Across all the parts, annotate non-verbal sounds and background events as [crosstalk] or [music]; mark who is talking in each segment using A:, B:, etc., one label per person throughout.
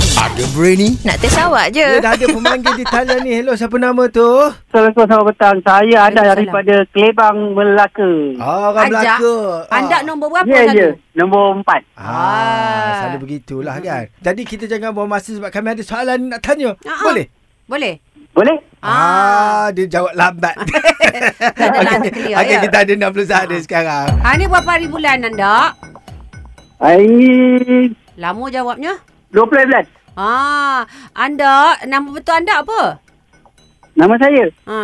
A: Ada brain ni.
B: Nak test awak je.
C: Ya, dah ada pemanggil di talian ni. Hello, siapa nama tu?
D: Assalamualaikum, selamat petang. Saya ada
B: Waalaikumsalam.
D: daripada Kelebang, Melaka.
C: Ah, orang
B: Ajak.
C: Melaka.
B: Anda
C: Ah.
B: nombor berapa
D: Ya,
B: lagu?
D: ya. Nombor empat.
C: Ah,
B: Ah.
C: selalu begitulah kan. Jadi kita jangan buang masa sebab kami ada soalan nak tanya.
B: Ah, ah.
C: Boleh? [laughs]
B: Boleh?
D: Boleh?
C: Ah, dia jawab lambat.
B: [laughs] Dah dah dah terclear
C: Okey,
B: ya.
C: kita ada 60 saat dia sekarang.
B: Ha ni berapa hari bulan anda?
D: Hari
B: Lama jawabnya.
D: 20 bulan.
B: Ah, anda nama betul anda apa?
D: Nama saya,
B: Ha.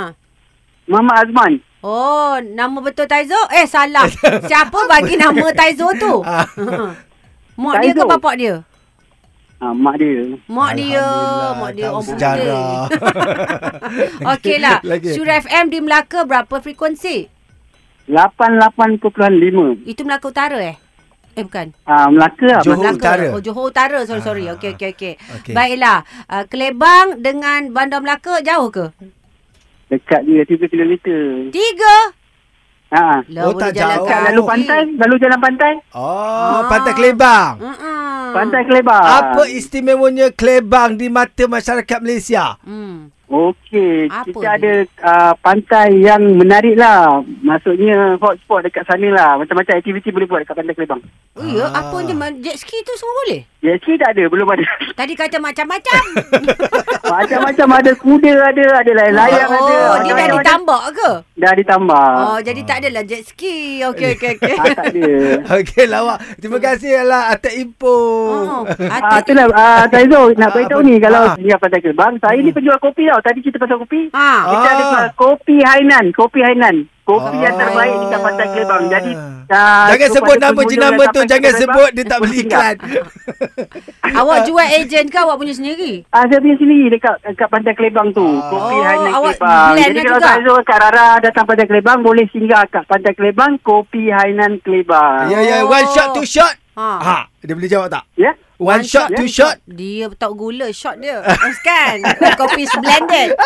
D: Muhammad Azman.
B: Oh, nama betul Taizo? Eh,
C: [laughs]
B: salah. Siapa bagi nama Taizo tu?
C: Ah.
B: Mak dia ke
D: Taizo.
B: bapak dia?
D: Ha, mak dia.
B: Mak dia,
C: Alhamdulillah,
B: mak dia
C: tahu
B: orang [laughs]
C: sejarah.
B: putih. Okeylah.
C: [laughs] Lagi.
B: Surah FM di Melaka berapa frekuensi?
D: 88.5.
B: Itu Melaka Utara eh? Eh bukan.
D: Ha, Melaka lah.
C: Johor.
D: Johor.
B: Melaka.
C: Utara.
B: Oh Johor Utara. Sorry sorry.
C: Ah.
B: Okey okey okey.
C: Okey.
B: Baiklah. Uh, Kelebang dengan Bandar Melaka jauh ke?
D: Dekat dia, 3 kilometer.
B: Tiga.
D: Ha.
B: Lah
C: Oh,
B: boleh
C: tak
B: jalan
C: jauh.
D: Dekat lalu pantai, lalu jalan pantai.
C: Oh,
B: Ah.
C: Pantai Kelebang.
B: Mm-mm.
D: Pantai Kelebang.
C: Apa istimewanya Kelebang di mata masyarakat Malaysia?
B: [laughs] Hmm.
D: Okey,
B: Apa
D: kita
B: dia?
D: ada uh, pantai yang menarik lah. Maksudnya hotspot dekat sana lah. Macam-macam aktiviti boleh buat dekat Pantai Kelebang.
B: Oh ya,
C: Ah.
B: apa je man- jet ski tu semua boleh?
D: Ya, actually tak ada. Belum ada. [laughs]
B: Tadi kata macam-macam.
D: Macam-macam ada kuda ada, ada layang-layang
B: oh,
D: Eh, ada.
B: dia dah
D: macam-macam ada. Ah.
B: ditambak ke?
D: Dah ditambah.
B: Oh, jadi tak adalah jet ski. Okey okey
D: [laughs]
B: okey.
D: Ah, tak
B: [laughs]
D: ada.
C: Okey lawak. Terima kasih lah atas info.
B: Oh,
D: Ah,
B: hati-
D: tu lah ah,
C: Ah,
D: Taizo nak beritahu
C: apa-
D: ni kalau
C: ah. Hmm.
D: ni Pantai Kelebang saya ni penjual kopi tau tadi kita pasal kopi
B: Ah.
D: kita ada
C: Ah.
D: jual kopi Hainan kopi Hainan kopi yang terbaik di Pantai Kelebang jadi ah,
C: Jangan
D: kepada
C: sebut nama
D: pengunjung
C: jenama tu
D: yang sampai
C: Jangan
D: Kelebang,
C: sebut Dia tak
D: boleh [laughs]
C: beli
D: tinggal.
C: iklan
B: Awak jual ejen ke awak punya sendiri?
D: Ah, saya punya sendiri dekat dekat Pantai Kelebang
C: Ah.
D: tu. Kopi
B: Oh,
D: Hainan
B: awak
D: Kelebang.
B: blend
D: Jadi
B: lah
D: kalau
B: juga.
D: Taizo Kak Rara datang Pantai Kelebang, boleh singgah kat Pantai Kelebang, Kopi Hainan Kelebang.
C: Ya ya One shot two shot
D: Ah.
B: Ha.
C: Ha Dia boleh jawab tak
D: Ya?
C: One, shot, two shot [laughs]
B: Dia tak gula shot dia. Kan? Kopi blended.